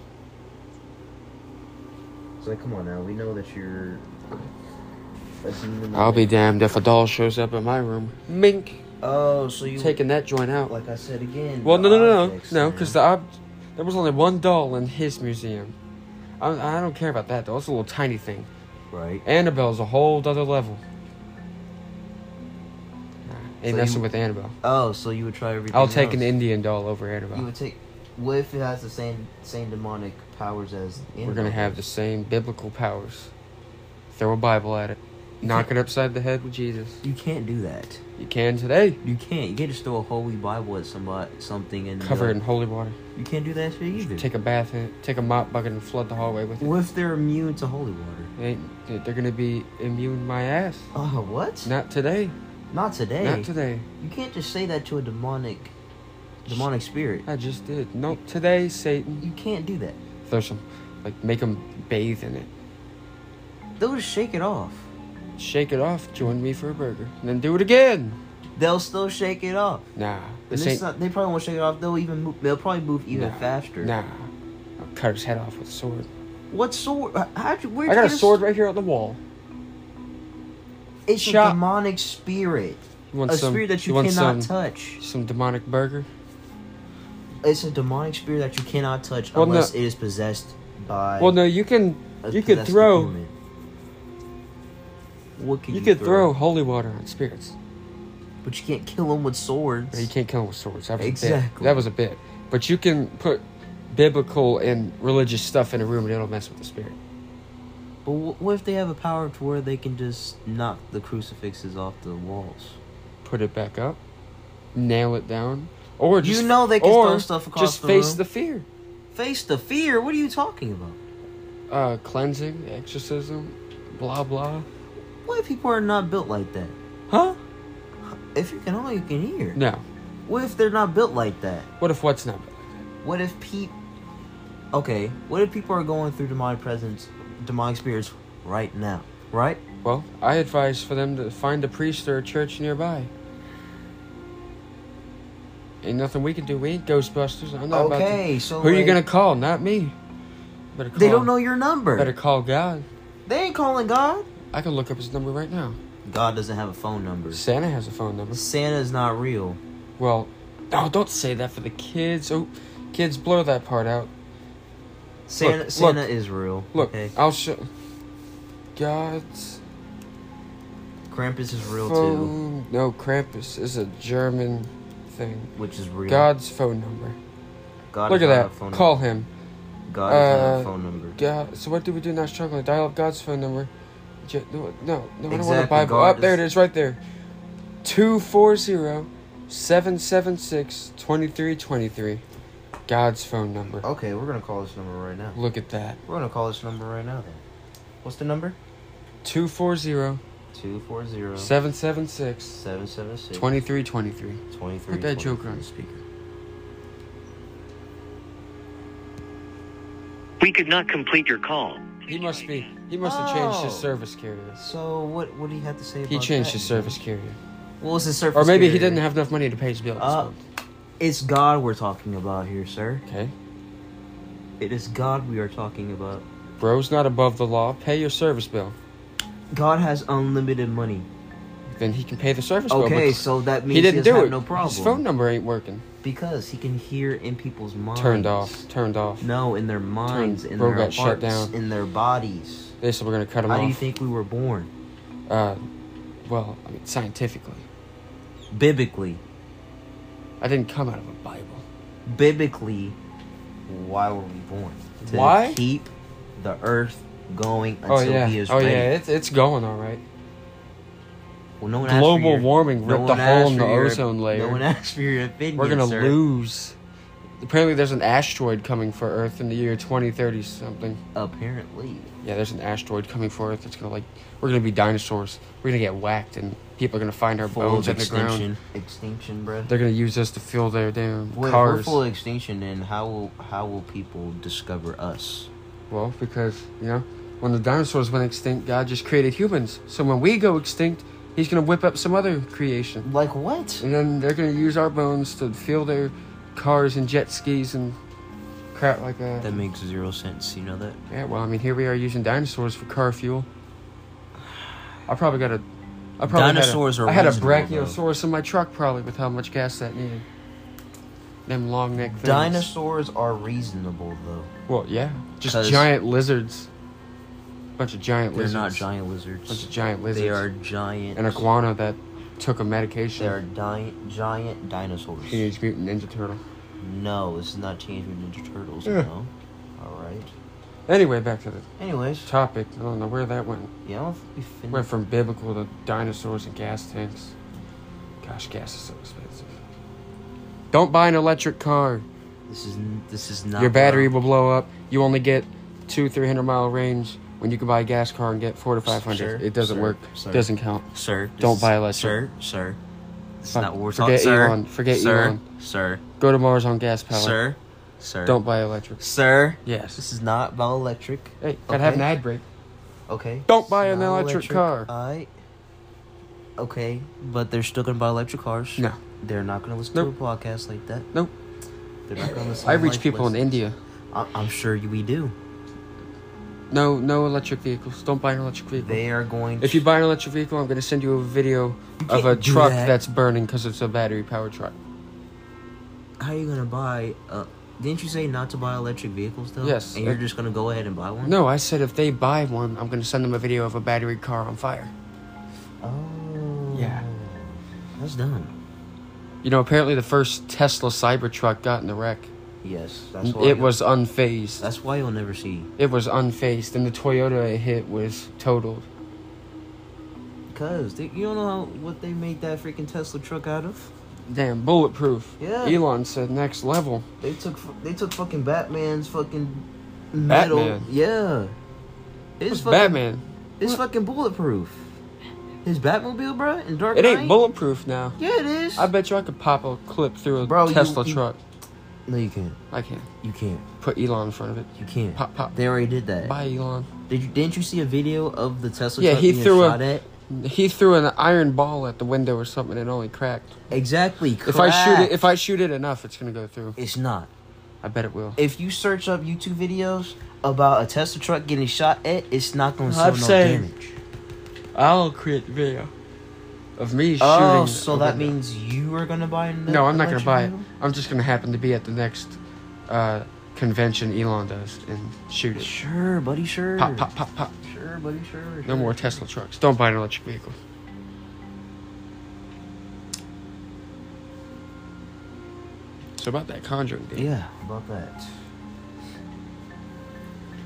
[SPEAKER 2] it's like come on now we know that you're a demon
[SPEAKER 1] I'll be damned if a doll shows up in my room. Mink,
[SPEAKER 2] oh so you
[SPEAKER 1] taking that joint out.
[SPEAKER 2] like I said again.
[SPEAKER 1] well, no,
[SPEAKER 2] the
[SPEAKER 1] no, no, no,
[SPEAKER 2] objects,
[SPEAKER 1] no,
[SPEAKER 2] man.
[SPEAKER 1] because the ob- there was only one doll in his museum. I, I don't care about that doll. It's a little tiny thing.
[SPEAKER 2] right.
[SPEAKER 1] Annabelle's a whole other level. Nah, Ain't
[SPEAKER 2] So
[SPEAKER 1] messing
[SPEAKER 2] you-
[SPEAKER 1] with Annabelle.
[SPEAKER 2] Oh, so you would try everything.
[SPEAKER 1] I'll take an
[SPEAKER 2] else.
[SPEAKER 1] Indian doll over
[SPEAKER 2] You
[SPEAKER 1] Annabelle.
[SPEAKER 2] would take. What if it has the same same demonic powers as?
[SPEAKER 1] We're gonna have the same biblical powers. Throw a Bible at it. Knock it upside the head with Jesus.
[SPEAKER 2] You can't do that.
[SPEAKER 1] You can today.
[SPEAKER 2] You can't. You can't just throw a holy Bible at somebody, something, and
[SPEAKER 1] Cover it in
[SPEAKER 2] uh,
[SPEAKER 1] holy water.
[SPEAKER 2] You can't do that shit either.
[SPEAKER 1] Take a bath in it. Take a mop bucket and flood the hallway with it.
[SPEAKER 2] What if they're immune to holy water?
[SPEAKER 1] They, they're gonna be immune my ass.
[SPEAKER 2] Oh, what?
[SPEAKER 1] Not today.
[SPEAKER 2] Not today.
[SPEAKER 1] Not today.
[SPEAKER 2] You can't just say that to a demonic, demonic spirit.
[SPEAKER 1] I just did. Not today, Satan.
[SPEAKER 2] You can't do that.
[SPEAKER 1] Throw some, like, make them bathe in it.
[SPEAKER 2] They'll just shake it off.
[SPEAKER 1] Shake it off. Join me for a burger. And then do it again.
[SPEAKER 2] They'll still shake it off.
[SPEAKER 1] Nah.
[SPEAKER 2] And
[SPEAKER 1] This
[SPEAKER 2] it's
[SPEAKER 1] ain't.
[SPEAKER 2] not, they probably won't shake it off. They'll even move, they'll probably move even
[SPEAKER 1] nah,
[SPEAKER 2] faster.
[SPEAKER 1] Nah. I'll cut his head off with a sword.
[SPEAKER 2] What sword? H- How'd you? Where'd
[SPEAKER 1] I
[SPEAKER 2] you
[SPEAKER 1] got a
[SPEAKER 2] get
[SPEAKER 1] sword right here on the wall.
[SPEAKER 2] It's
[SPEAKER 1] shop.
[SPEAKER 2] a demonic spirit.
[SPEAKER 1] You want
[SPEAKER 2] A
[SPEAKER 1] some?
[SPEAKER 2] spirit that you,
[SPEAKER 1] want some,
[SPEAKER 2] cannot touch.
[SPEAKER 1] Some demonic burger.
[SPEAKER 2] It's a demonic spirit that you cannot touch
[SPEAKER 1] Well, no.
[SPEAKER 2] unless it is possessed by.
[SPEAKER 1] Well, no, you can.
[SPEAKER 2] a
[SPEAKER 1] You could
[SPEAKER 2] possessed
[SPEAKER 1] throw.
[SPEAKER 2] human. What can
[SPEAKER 1] You
[SPEAKER 2] you,
[SPEAKER 1] could throw holy water on spirits.
[SPEAKER 2] but you can't kill them with swords.
[SPEAKER 1] No, You can't kill them with swords. That was A bit.
[SPEAKER 2] Exactly.
[SPEAKER 1] That was a bit. But you can put biblical and religious stuff in a room and it'll mess with the spirit.
[SPEAKER 2] But wh- what if they have a power to where they can just knock the crucifixes off the walls?
[SPEAKER 1] Put it back up, nail it down, or
[SPEAKER 2] You
[SPEAKER 1] just
[SPEAKER 2] know they can
[SPEAKER 1] or
[SPEAKER 2] throw stuff across
[SPEAKER 1] just
[SPEAKER 2] the
[SPEAKER 1] face
[SPEAKER 2] room.
[SPEAKER 1] the fear.
[SPEAKER 2] Face the fear. What are you talking about?
[SPEAKER 1] Uh, cleansing, exorcism, blah blah.
[SPEAKER 2] What if people are not built like that?
[SPEAKER 1] Huh?
[SPEAKER 2] If you can all you can hear.
[SPEAKER 1] No.
[SPEAKER 2] What if they're not built like that?
[SPEAKER 1] What if what's not?
[SPEAKER 2] What if peep? Okay, what if people are going through demonic presence, demonic spirits right now? Right?
[SPEAKER 1] Well, I advise for them to find a priest or a church nearby. Ain't nothing we can do. We ain't Ghostbusters. I'm not about to.
[SPEAKER 2] Okay, so
[SPEAKER 1] Who are you
[SPEAKER 2] like-
[SPEAKER 1] gonna call? Not me. Better call,
[SPEAKER 2] They don't know your number.
[SPEAKER 1] Better call God.
[SPEAKER 2] They ain't calling God.
[SPEAKER 1] I can look up his number right now.
[SPEAKER 2] God doesn't have a phone number.
[SPEAKER 1] Santa has a phone number.
[SPEAKER 2] Santa's not real.
[SPEAKER 1] Well, no, don't say that for the kids. Oh, kids, blur that part out.
[SPEAKER 2] Santa,
[SPEAKER 1] look.
[SPEAKER 2] Santa is real.
[SPEAKER 1] Look,
[SPEAKER 2] okay?
[SPEAKER 1] I'll show. God's
[SPEAKER 2] Krampus is real too,
[SPEAKER 1] phone. No, Krampus is a German thing.
[SPEAKER 2] which is real.
[SPEAKER 1] God's phone number.
[SPEAKER 2] God
[SPEAKER 1] Look at
[SPEAKER 2] does not have a
[SPEAKER 1] that.
[SPEAKER 2] phone
[SPEAKER 1] Call
[SPEAKER 2] number.
[SPEAKER 1] him.
[SPEAKER 2] God does not have
[SPEAKER 1] uh,
[SPEAKER 2] a phone number.
[SPEAKER 1] God, so what do we do now? Struggling. Dial up God's phone number. J- no, no, no, I don't want a
[SPEAKER 2] Exactly,
[SPEAKER 1] Bible.
[SPEAKER 2] God
[SPEAKER 1] Up there it
[SPEAKER 2] is-
[SPEAKER 1] is, right there. 240-776-2323. God's phone number.
[SPEAKER 2] Okay, we're gonna call this number right now.
[SPEAKER 1] Look at that.
[SPEAKER 2] We're gonna call this number right now. Then, what's the number?
[SPEAKER 1] 240
[SPEAKER 2] 240
[SPEAKER 1] 776
[SPEAKER 2] 776
[SPEAKER 1] 2323.
[SPEAKER 2] 23
[SPEAKER 1] Put that joke on.
[SPEAKER 2] speaker.
[SPEAKER 8] We could not complete your call.
[SPEAKER 1] He must be. He must have changed his
[SPEAKER 2] Oh.
[SPEAKER 1] service carrier.
[SPEAKER 2] So what what do you have to say about
[SPEAKER 1] He changed
[SPEAKER 2] that?
[SPEAKER 1] his service carrier.
[SPEAKER 2] What was his service
[SPEAKER 1] Or maybe he
[SPEAKER 2] carrier?
[SPEAKER 1] didn't have enough money to pay his bill.
[SPEAKER 2] Uh, it's God we're talking about here, sir.
[SPEAKER 1] okay.
[SPEAKER 2] It is God we are talking about.
[SPEAKER 1] Bro's not above the law. Pay your service bill.
[SPEAKER 2] God has unlimited money.
[SPEAKER 1] Then he can pay the service bill.
[SPEAKER 2] Okay,
[SPEAKER 1] but
[SPEAKER 2] so that means
[SPEAKER 1] he didn't
[SPEAKER 2] doesn't
[SPEAKER 1] do
[SPEAKER 2] have
[SPEAKER 1] it.
[SPEAKER 2] no problem.
[SPEAKER 1] His phone number ain't working.
[SPEAKER 2] Because he can hear in people's minds.
[SPEAKER 1] Turned off. Turned off.
[SPEAKER 2] No, in their minds, in
[SPEAKER 1] Bro
[SPEAKER 2] their
[SPEAKER 1] got
[SPEAKER 2] hearts,
[SPEAKER 1] shut down.
[SPEAKER 2] in their bodies.
[SPEAKER 1] They said we're gonna cut him
[SPEAKER 2] How
[SPEAKER 1] off.
[SPEAKER 2] do you think we were born?
[SPEAKER 1] Uh, well, I mean, scientifically,
[SPEAKER 2] Biblically.
[SPEAKER 1] I didn't come out of a Bible.
[SPEAKER 2] Biblically, why were we born? To
[SPEAKER 1] Why?
[SPEAKER 2] keep the earth going until
[SPEAKER 1] Oh yeah.
[SPEAKER 2] he is
[SPEAKER 1] Oh
[SPEAKER 2] ready.
[SPEAKER 1] yeah. It's it's going all right.
[SPEAKER 2] Well, no one asked
[SPEAKER 1] Global
[SPEAKER 2] for your-
[SPEAKER 1] warming
[SPEAKER 2] no
[SPEAKER 1] ripped
[SPEAKER 2] one
[SPEAKER 1] a
[SPEAKER 2] asked
[SPEAKER 1] hole in
[SPEAKER 2] for
[SPEAKER 1] the
[SPEAKER 2] your-
[SPEAKER 1] ozone layer.
[SPEAKER 2] No one asked for your opinion.
[SPEAKER 1] We're gonna
[SPEAKER 2] sir.
[SPEAKER 1] lose. Apparently, there's an asteroid coming for Earth in the year 2030 something.
[SPEAKER 2] Apparently,
[SPEAKER 1] Yeah, there's an asteroid coming for Earth. It's gonna like we're gonna be dinosaurs. We're gonna get whacked, and people are gonna find our
[SPEAKER 2] full
[SPEAKER 1] bones
[SPEAKER 2] of
[SPEAKER 1] in the ground.
[SPEAKER 2] extinction. Extinction, bro.
[SPEAKER 1] They're gonna use us to fuel their damn
[SPEAKER 2] Wait, we're
[SPEAKER 1] cars.
[SPEAKER 2] full of extinction, and how will how will people discover us?
[SPEAKER 1] Well, because, you know, when the dinosaurs went extinct, God just created humans. So when we go extinct, he's going to whip up some other creation.
[SPEAKER 2] Like what?
[SPEAKER 1] And then they're going to use our bones to fuel their cars and jet skis and crap like that.
[SPEAKER 2] That makes zero sense. You know that?
[SPEAKER 1] yeah, well, I mean, here we are using dinosaurs for car fuel. I probably got a. I probably
[SPEAKER 2] Dinosaurs
[SPEAKER 1] had
[SPEAKER 2] are
[SPEAKER 1] a, I had a
[SPEAKER 2] reasonable, though.
[SPEAKER 1] brachiosaurus in my truck probably with how much gas that needed. Them long neck things.
[SPEAKER 2] Dinosaurs are reasonable though.
[SPEAKER 1] Well, yeah, just
[SPEAKER 2] 'Cause-
[SPEAKER 1] giant lizards. Bunch of giant
[SPEAKER 2] They're
[SPEAKER 1] lizards.
[SPEAKER 2] not giant lizards.
[SPEAKER 1] Bunch of giant lizards.
[SPEAKER 2] They are giant.
[SPEAKER 1] an iguana that took a medication.
[SPEAKER 2] They are di- giant dinosaurs.
[SPEAKER 1] Teenage Mutant Ninja Turtle.
[SPEAKER 2] No, it's not Teenage Mutant Ninja Turtles. No. All right.
[SPEAKER 1] Anyway, back to the
[SPEAKER 2] Anyways,
[SPEAKER 1] topic. I don't know where that went.
[SPEAKER 2] yeah, I don't think we finished.
[SPEAKER 1] Went from biblical to dinosaurs and gas tanks. Gosh, gas is so expensive. Don't buy an electric car.
[SPEAKER 2] This is n- this is not
[SPEAKER 1] Your battery
[SPEAKER 2] what
[SPEAKER 1] will blow up. You only get two, three hundred mile range when you can buy a gas car and get four to five hundred.
[SPEAKER 2] Sir,
[SPEAKER 1] It doesn't
[SPEAKER 2] sir,
[SPEAKER 1] work.
[SPEAKER 2] sir.
[SPEAKER 1] Doesn't count.
[SPEAKER 2] I'm- sir. this
[SPEAKER 1] Don't
[SPEAKER 2] is-
[SPEAKER 1] buy a lesser.
[SPEAKER 2] sir. Sir, it's
[SPEAKER 1] Fuck,
[SPEAKER 2] not what we're
[SPEAKER 1] forget
[SPEAKER 2] talking. Sir,
[SPEAKER 1] Elon, forget
[SPEAKER 2] sir,
[SPEAKER 1] Elon.
[SPEAKER 2] Sir,
[SPEAKER 1] Go to Mars on gas power.
[SPEAKER 2] sir, sir.
[SPEAKER 1] Don't buy electric.
[SPEAKER 2] Sir,
[SPEAKER 1] Yes.
[SPEAKER 2] This is not about electric.
[SPEAKER 1] Hey, gotta have an
[SPEAKER 2] Okay.
[SPEAKER 1] ad break.
[SPEAKER 2] Okay.
[SPEAKER 1] Don't
[SPEAKER 2] It's
[SPEAKER 1] buy an
[SPEAKER 2] not
[SPEAKER 1] electric car.
[SPEAKER 2] I. Okay, but they're still gonna buy electric cars.
[SPEAKER 1] No.
[SPEAKER 2] they're not gonna listen
[SPEAKER 1] Nope.
[SPEAKER 2] to a podcast like that.
[SPEAKER 1] Nope.
[SPEAKER 2] They're not gonna listen.
[SPEAKER 1] I
[SPEAKER 2] to
[SPEAKER 1] reach
[SPEAKER 2] life
[SPEAKER 1] people in
[SPEAKER 2] lessons.
[SPEAKER 1] India.
[SPEAKER 2] I- I'm sure you- we do.
[SPEAKER 1] No, no electric vehicles. Don't buy an electric vehicle.
[SPEAKER 2] They are going.
[SPEAKER 1] If you buy an electric vehicle, I'm going to send you a video of a
[SPEAKER 2] can't do
[SPEAKER 1] truck
[SPEAKER 2] that.
[SPEAKER 1] that's burning because it's a battery powered truck.
[SPEAKER 2] how are you gonna buy? Uh, didn't you say not to buy electric vehicles though?
[SPEAKER 1] Yes,
[SPEAKER 2] And you're
[SPEAKER 1] it-
[SPEAKER 2] just gonna go ahead and buy one?
[SPEAKER 1] No, I said if they buy one, I'm going to send them a video of a battery car on fire.
[SPEAKER 2] Oh.
[SPEAKER 1] Yeah.
[SPEAKER 2] That's dumb.
[SPEAKER 1] You know, apparently the first Tesla Cybertruck got in a wreck.
[SPEAKER 2] Yes. That's why.
[SPEAKER 1] It was unfazed.
[SPEAKER 2] That's why you'll never see.
[SPEAKER 1] It was unfazed, and the Toyota it hit was totaled.
[SPEAKER 2] Cause they, you don't know how, what they made that freaking Tesla truck out of.
[SPEAKER 1] Damn, bulletproof.
[SPEAKER 2] Yeah.
[SPEAKER 1] Elon said next level.
[SPEAKER 2] They took fu- they took fucking Batman's fucking metal.
[SPEAKER 1] Batman?
[SPEAKER 2] Yeah. It's fucking,
[SPEAKER 1] Batman.
[SPEAKER 2] It's fucking bulletproof. His Batmobile, bro, and Dark
[SPEAKER 1] It
[SPEAKER 2] Knight?
[SPEAKER 1] ain't bulletproof now.
[SPEAKER 2] Yeah, it is.
[SPEAKER 1] I bet you I could pop a clip through a
[SPEAKER 2] Bro, you-
[SPEAKER 1] Tesla
[SPEAKER 2] you-
[SPEAKER 1] truck.
[SPEAKER 2] no, you can't.
[SPEAKER 1] I can't.
[SPEAKER 2] You can't.
[SPEAKER 1] Put Elon in front of it.
[SPEAKER 2] You can't.
[SPEAKER 1] Pop, pop.
[SPEAKER 2] They already did that.
[SPEAKER 1] Bye, Elon.
[SPEAKER 2] Did you, didn't you see a video of the Tesla
[SPEAKER 1] Yeah,
[SPEAKER 2] truck
[SPEAKER 1] he
[SPEAKER 2] being
[SPEAKER 1] threw a-
[SPEAKER 2] shot at?
[SPEAKER 1] He threw an iron ball at the window or something and it only cracked.
[SPEAKER 2] Exactly. Crack.
[SPEAKER 1] If I shoot it, if I shoot it enough, it's gonna go through.
[SPEAKER 2] it's not.
[SPEAKER 1] I bet it will.
[SPEAKER 2] If you search up YouTube videos about a Tesla truck getting shot at, it's not going to show
[SPEAKER 1] I'm
[SPEAKER 2] no
[SPEAKER 1] saying
[SPEAKER 2] damage.
[SPEAKER 1] I'll create the video of me shooting.
[SPEAKER 2] Oh, so
[SPEAKER 1] a
[SPEAKER 2] that
[SPEAKER 1] window.
[SPEAKER 2] means you are going to buy? an
[SPEAKER 1] no, I'm not gonna
[SPEAKER 2] electric
[SPEAKER 1] buy it.
[SPEAKER 2] vehicle?
[SPEAKER 1] I'm just gonna happen to be at the next uh, convention Elon does and shoot it.
[SPEAKER 2] Sure, buddy. Sure.
[SPEAKER 1] Pop, pop, pop, pop.
[SPEAKER 2] Sure, buddy. Sure.
[SPEAKER 1] No more Tesla trucks. Don't buy an electric vehicle. So about that Conjuring, dude.
[SPEAKER 2] Yeah, about that.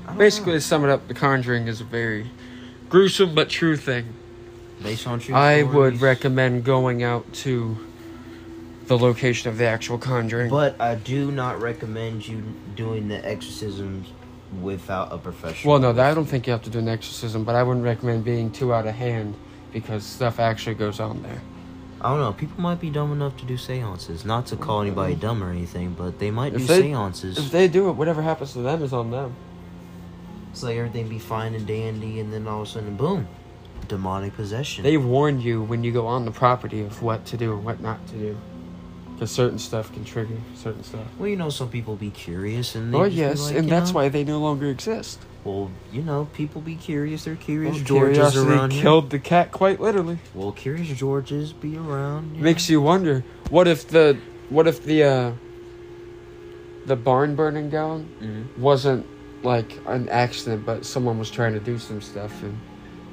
[SPEAKER 2] I don't
[SPEAKER 1] Basically,
[SPEAKER 2] know.
[SPEAKER 1] to sum it up, The Conjuring is a very gruesome but true thing.
[SPEAKER 2] based on true.
[SPEAKER 1] I would
[SPEAKER 2] stories,
[SPEAKER 1] recommend going out to the location of the actual Conjuring.
[SPEAKER 2] but I do not recommend you doing the exorcisms without a professional.
[SPEAKER 1] well, no, that, I don't think you have to do an exorcism, but I wouldn't recommend being too out of hand because stuff actually goes on there.
[SPEAKER 2] I don't know. People might be dumb enough to do seances. Not to call anybody dumb or anything, but they might do
[SPEAKER 1] If they-
[SPEAKER 2] seances.
[SPEAKER 1] If they do it, whatever happens to them is on them.
[SPEAKER 2] It's like everything be fine and dandy, and then all of a sudden, boom, demonic possession.
[SPEAKER 1] They warn you when you go on the property of what to do and what not to do, because certain stuff can trigger certain stuff.
[SPEAKER 2] well, you know, some people be curious, and they
[SPEAKER 1] Oh
[SPEAKER 2] just be
[SPEAKER 1] yes,
[SPEAKER 2] like,
[SPEAKER 1] and
[SPEAKER 2] you
[SPEAKER 1] that's
[SPEAKER 2] know,
[SPEAKER 1] why they no longer exist.
[SPEAKER 2] Well, you know, people be curious. They're curious.
[SPEAKER 1] Well,
[SPEAKER 2] Georges around
[SPEAKER 1] curiosity
[SPEAKER 2] here.
[SPEAKER 1] killed the cat quite literally.
[SPEAKER 2] Well, curious Georges be around. you
[SPEAKER 1] Makes you wonder, what if the what if the uh the barn burning down
[SPEAKER 2] Mhm.
[SPEAKER 1] wasn't like an accident, but someone was trying to do some stuff and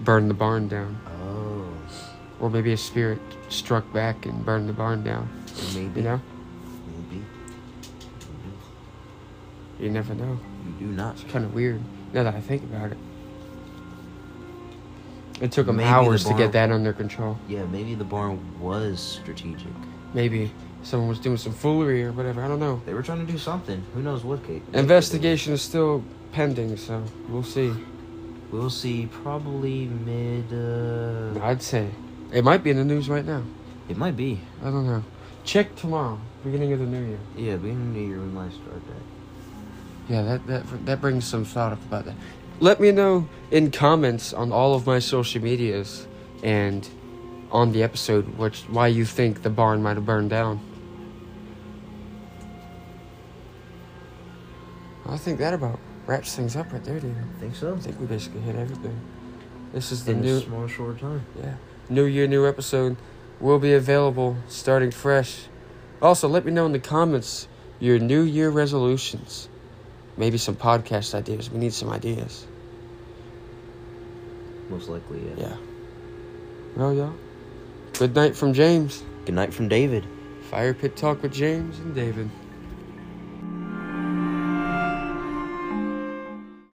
[SPEAKER 1] burned the barn down,
[SPEAKER 2] know? Oh,
[SPEAKER 1] or maybe a spirit struck back and burned the barn down.
[SPEAKER 2] maybe.
[SPEAKER 1] You know,
[SPEAKER 2] Maybe.
[SPEAKER 1] you never know.
[SPEAKER 2] You do not.
[SPEAKER 1] It's kind of weird now that I think about it. It took them
[SPEAKER 2] Maybe the
[SPEAKER 1] hours to
[SPEAKER 2] barn-
[SPEAKER 1] get that under control.
[SPEAKER 2] Yeah, maybe the barn was strategic.
[SPEAKER 1] Maybe someone was doing some foolery or whatever. I don't know.
[SPEAKER 2] They were trying to do something. Who knows what? Kate?
[SPEAKER 1] Investigation is still pending, so we'll see.
[SPEAKER 2] We'll see. Probably mid. Uh,
[SPEAKER 1] I'd say it might be in the news right now.
[SPEAKER 2] it might be.
[SPEAKER 1] I don't know. Check tomorrow, beginning of the new year.
[SPEAKER 2] Yeah, beginning of the year we might start that.
[SPEAKER 1] Yeah, that that that brings some thought up about that. Let me know in comments on all of my social medias and on the episode which why you think the barn might have burned down. I think that about wraps things up right there, dude.
[SPEAKER 2] Think so?
[SPEAKER 1] I think we basically hit everything. This is the
[SPEAKER 2] In
[SPEAKER 1] new
[SPEAKER 2] a small short time.
[SPEAKER 1] Yeah. New year, new episode will be available starting fresh. Also, let me know in the comments your new year resolutions. Maybe some podcast ideas. We need some ideas.
[SPEAKER 2] Most likely, yeah.
[SPEAKER 1] Yeah. Well, y'all. Good night from James.
[SPEAKER 2] Good night from David.
[SPEAKER 1] Fire Pit Talk with James and David.